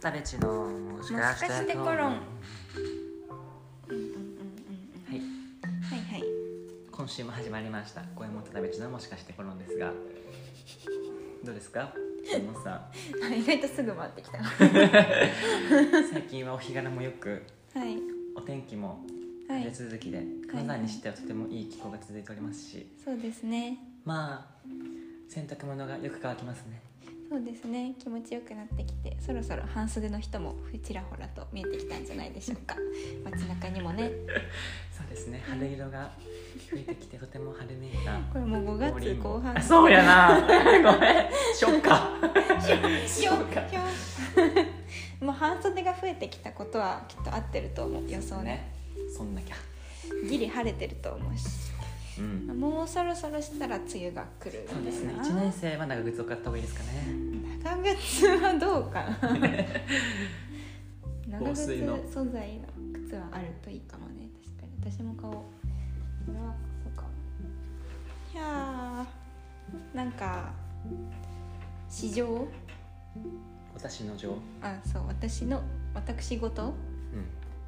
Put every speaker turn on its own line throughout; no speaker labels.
誰ちのもしかして
もしかしてコロン
はい
はいはい
今週も始まりました「声もたべちのもしかしてコロン」ですがどうですかも うさ
あ意外とすぐ回ってきたは
最近はお日柄もよく
い
お天気も
は
晴れ
い
続きで金沢にしてはとてもいい気候が続いておりますし
そうですね
まあ洗濯物がよく乾きますね
そうですね気持ちよくなってきてそろそろ半袖の人もちらほらと見えてきたんじゃないでしょうか街中にもね
そうですね春色が見えてきてとても春めいた
これもう5月後半
あそうやなごめん初夏
そうか もう半袖が増えてきたことはきっと合ってると思う予想ね
そんなきゃ
ギリ晴れてると思うし
うん
もうそろそろしたら梅雨が来るんだな
そうですね1年生は長靴を買った方がいいですかね
長靴はどうかな長
防
靴
水の
素材の靴はあるといいかもね確かに私も買おうこれはそうかもいやーなんか市場
私の情う
あそう私の私事
ん
っ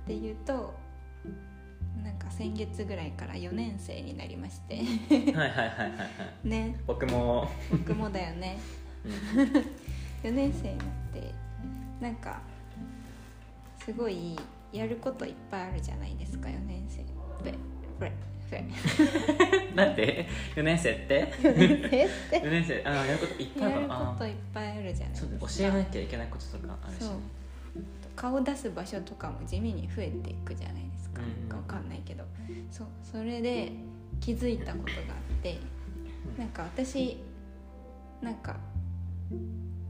ていうとなんか先月ぐらいから4年生になりまして
はいはいはいはいはい
ね
僕も、
僕もだよね
うん、
4年生になってなんかすごいやることいっぱいあるじゃないですか4年生ってこれこれ
なんで4年生って
4年生っ
4年生あやることいってぱ
や
いあ
る
る
こ
あ
といっぱいあるじゃないです
そう
か
だ教えなきゃいけないこととかあるし、ね
そう、顔出す場所とかも地味に増えていくじゃないですか、
うんうん
なんかわかんないけどそうそれで気づいたことがあって
うん
なんか私なんか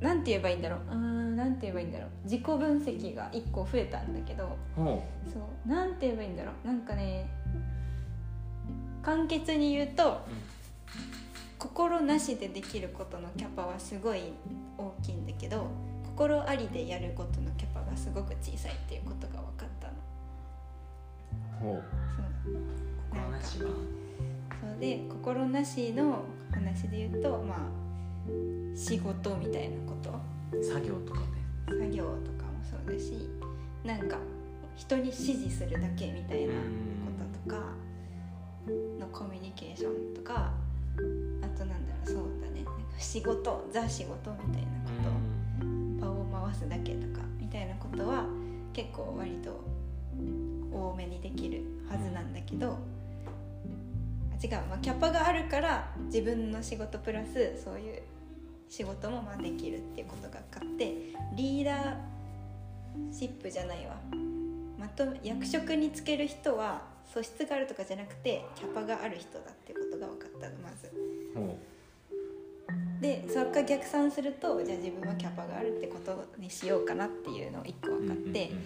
なんて言えばいいんだろううーんなんて言えばいいんだろう自己分析が1個増えたんだけど
ほ
そうなんて言えばいいんだろうなんかね簡潔に言うと
う、うん
心なしでできることのキャパはすごい大きいんだけど心ありでやることのキャパがすごく小さいっていうことが分かったの。
ほう
そう
心なしは
そうで心なしの話で言うとまあ仕事みたいなこと
作業とかね
作業とかもそうだしなんか人に指示するだけみたいなこととかのコミュニケーションとかあとなんだろうそうだねなんか仕事ザ仕事みたいなこと。場を回すだけとかみたいなことは結構割と多めにできるはずなんだけどあ違う、まあ、キャパがあるから自分の仕事プラスそういう仕事もまあできるっていうことが分かってリーダーシップじゃないわまとめ役職につける人は素質があるとかじゃなくてキャパがある人だっていうことが分かったのまず。
うんほ
でそれから逆算するとじゃあ自分はキャパがあるってことにしようかなっていうのを一個
う
分かって、
うんうん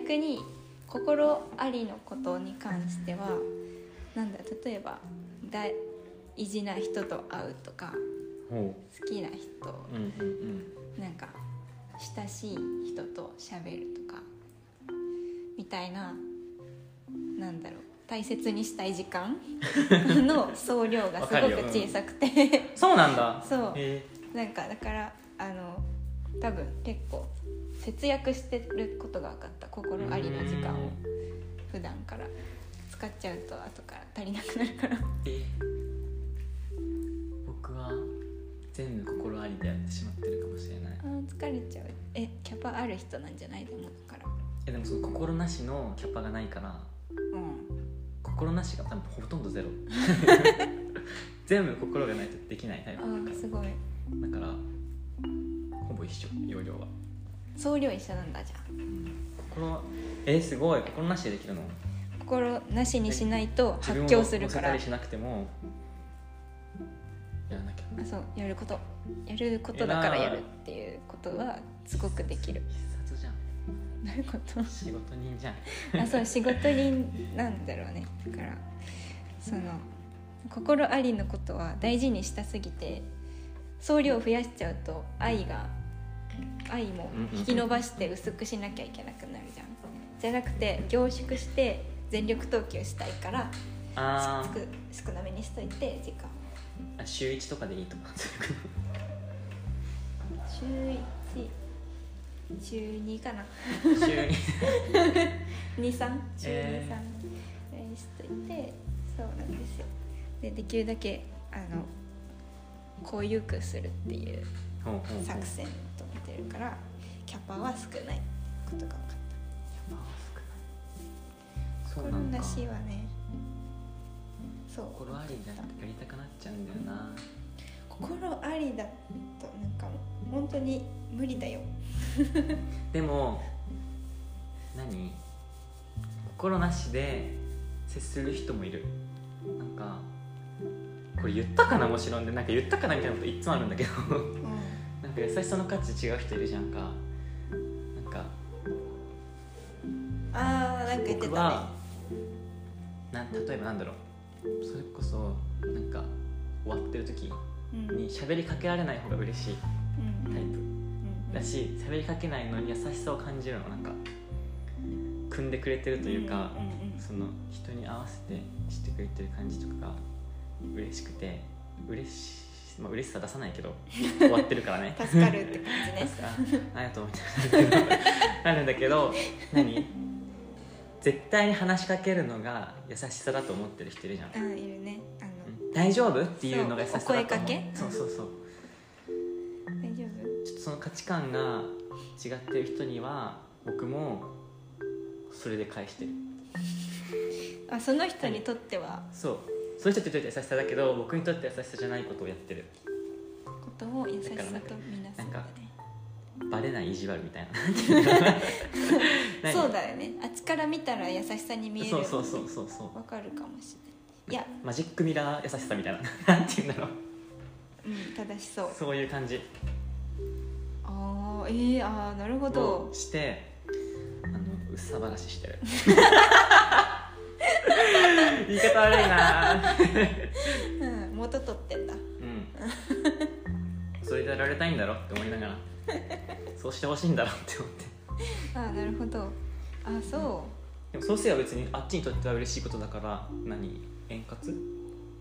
逆に心ありのことに関してはなんだ例えば大大事な人と会うとか
うんほ
好きな人
ううんうんうん
なんか親しい人と喋るとかみたいななんだろう大切にしたい時間の総量がすごく小さくて。
そうなんだ
そう
へ
なんかだからあの多分結構節約してることが分かった
え
心ありの時間を普段から使っちゃうと後から足りなくなるから
え僕は全部心ありでやってしまってるかもしれない
あー疲れちゃうえキャパある人なんじゃないでもだから
えでもその心なしのキャパがないから
うん
心なしが多分ほとん どゼロ全部心がないとできないタイプ
あ
だか
ーすごい
らだからほぼ一緒容量は、
総量一緒なんだじゃ
うんん、心えすごい心なしでできるの
心なしにしないと
自分
発
を
狂する
乗せ
か
た
ら
りしなくてもやらなきゃ
あそうやることやることだからやるっていうことはすごくできる
必殺じゃん
なること
仕事人じゃん
あそう仕事人なんだろうねだからその心ありのことは大事にしたすぎて総量を増やしちゃうと愛が愛も引き伸ばして薄くしなきゃいけなくなるじゃんじゃなくて凝縮して全力投球したいから
あー
少少なめにしといて時間
あ週1とかでいいとか
週1中2かな
週に
23中23
えー
ぐらいにしといてそうなんですよでできるだけあの濃ゆくするっていう
ほうほうほう
作戦と思ってるからキャパは少ないことが分かっ
まあ
た
少ないそうな
転ん
ん
だ
か
しはねそう
心ありだやりたくなっちゃうんだよな
心ありだとなんかもう本当に無理だよ
でも何心なしで接する人もいるなんかこれ言ったかなもちろんでなんか言ったかなみたいなこといっつもあるんだけど
うん
なんか優しさの価値違う人いるじゃんかなんか
あーなんか言って
僕
たね
はなん例えばなんだろうそれこそなんか終わってる時
うんうん
に喋りかけられない方が嬉しいタイプ
うん
だし喋りかけないのに優しさを感じるのなんか組んでくれてるというか、
んうんうん
その人に合わせてしてくれてる感じとかが嬉しくて嬉し,、まあ、嬉しさ出さないけど終わってるから ね
助かるって感じ ね
助かありがとうみたいななるんだけど何絶対に話しかけるのが優しさだと思ってる人いるじゃん
うんいるねあの、
「大丈夫?」っていうのが優しさだと思う
そうお声かけ
そうそうそう
大丈夫
ちょっとその価値観が違ってる人には僕もそれで返してる
あその人にとっては
そうその人にとって優しさだけど僕にとって優しさじゃないことをやってる
ことを優しさとみなすんだ
なん
ね
かバレない意地悪みたいな 何
そうだよねあっちから見たら優しさに見える
そうそうそうそうそう
わかるかもしれないいや、
マジックミラー優しさみたいななんて言うんだろう
うん、正しそう
そういう感じ
ああえー、あーなるほ
を
ど
してあのうっさばらししてる言い方悪いな
うん元取ってんだ
うんそれでやられたいんだろって思いながらそうしてほしいんだろって思って
あーなるほどあーそ
でもそうすれば別にあっちにとっては嬉しいことだから何円滑
うう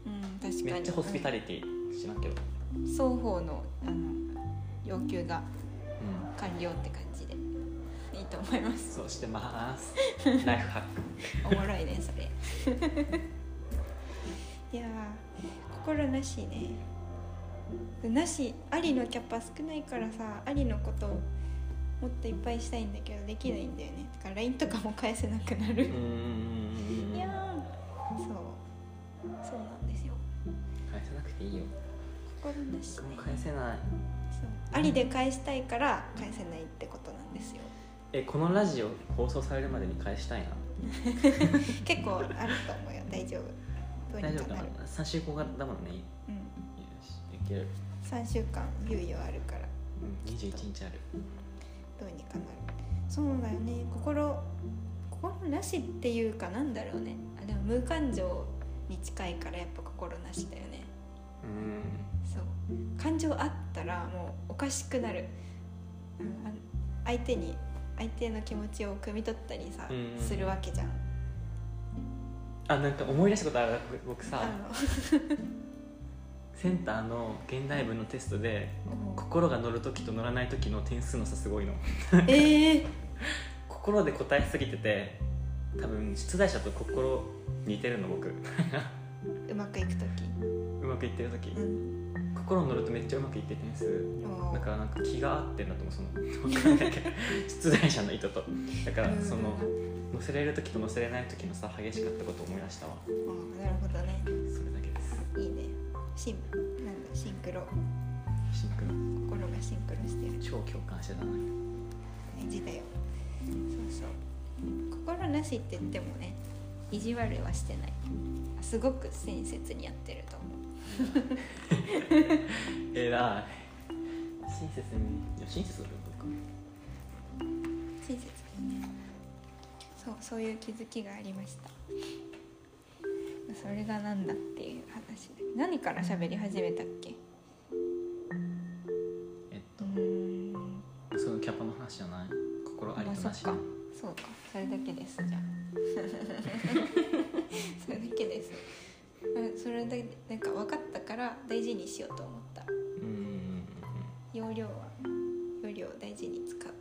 ん確かに
めっちゃホスピタリティしなきゃ
うん双方のあの要求が
うん
完了って感じでいいと思います
そうしてます。ライフハック。
おもろいねそれ いやー心なしねでなしありのキャパ少ないからさありのことをもっといっぱいしたいんだけどできないんだよねだから LINE とかも返せなくなる
うーん
いやーそうそうなんですよ
返さなくていいよ。
心なし
僕
ね
も返せない。
そうありで返したいから返せないってことなんですよ
え、このラジオ放送されるまでに返したいな。
結構あると思うよ大丈夫どう
大
に
丈
か
夫か
な
な
る。
三週後がだもんね。よ
うん
し、いける。
3週間猶予あるから
二十一日ある。
どうにかなるそうだよね心心なしっていうかなんだろうねあでも無感情に近いからやっぱ心なしだよね
うーん。
そう感情あったらもうおかしくなるあの相手に相手の気持ちを汲み取ったりさ
うん
するわけじゃん
あ、なんか思い出したことある。僕僕
あ
さ、 センターの現代文のテストで。
の
心が乗る時と乗らない時の点数の差すごいの
ええ
心で答えすぎてて多分出題者と心似てるの僕う
うまくいく時
まくいってる時
うん
心乗るとめっちゃうまくいって点数
おー
だからなんか気が合ってんだと思うそのわかんない けど出題者の意図とだから
うん
その乗せれる時と乗せれない時のさ激しかったことを思い出したわそ
あーなるほどね
れだけです
いいねシンなんだシンクロ
シンクロ
心がシンクロしてる
超共感してたのに
大事だよそうそう心なしって言ってもね意地悪はしてないすごく親切にやってると思
えらい親切にいや親切だよ僕
う親切だねそうそういう気づきがありましたそれがなんだっていう話だ何から喋り始めたっけ
えっ
うーん
とそのキャパの話じゃない心あり
まあ
と
そ
な
っ
し
かそうかそれだけですじゃ あそれだけですあそれでなんか分かったから大事にしようと思った
うんうんうんうん
容量は容量を大事に使う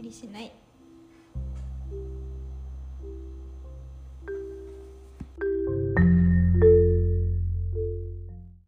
にしない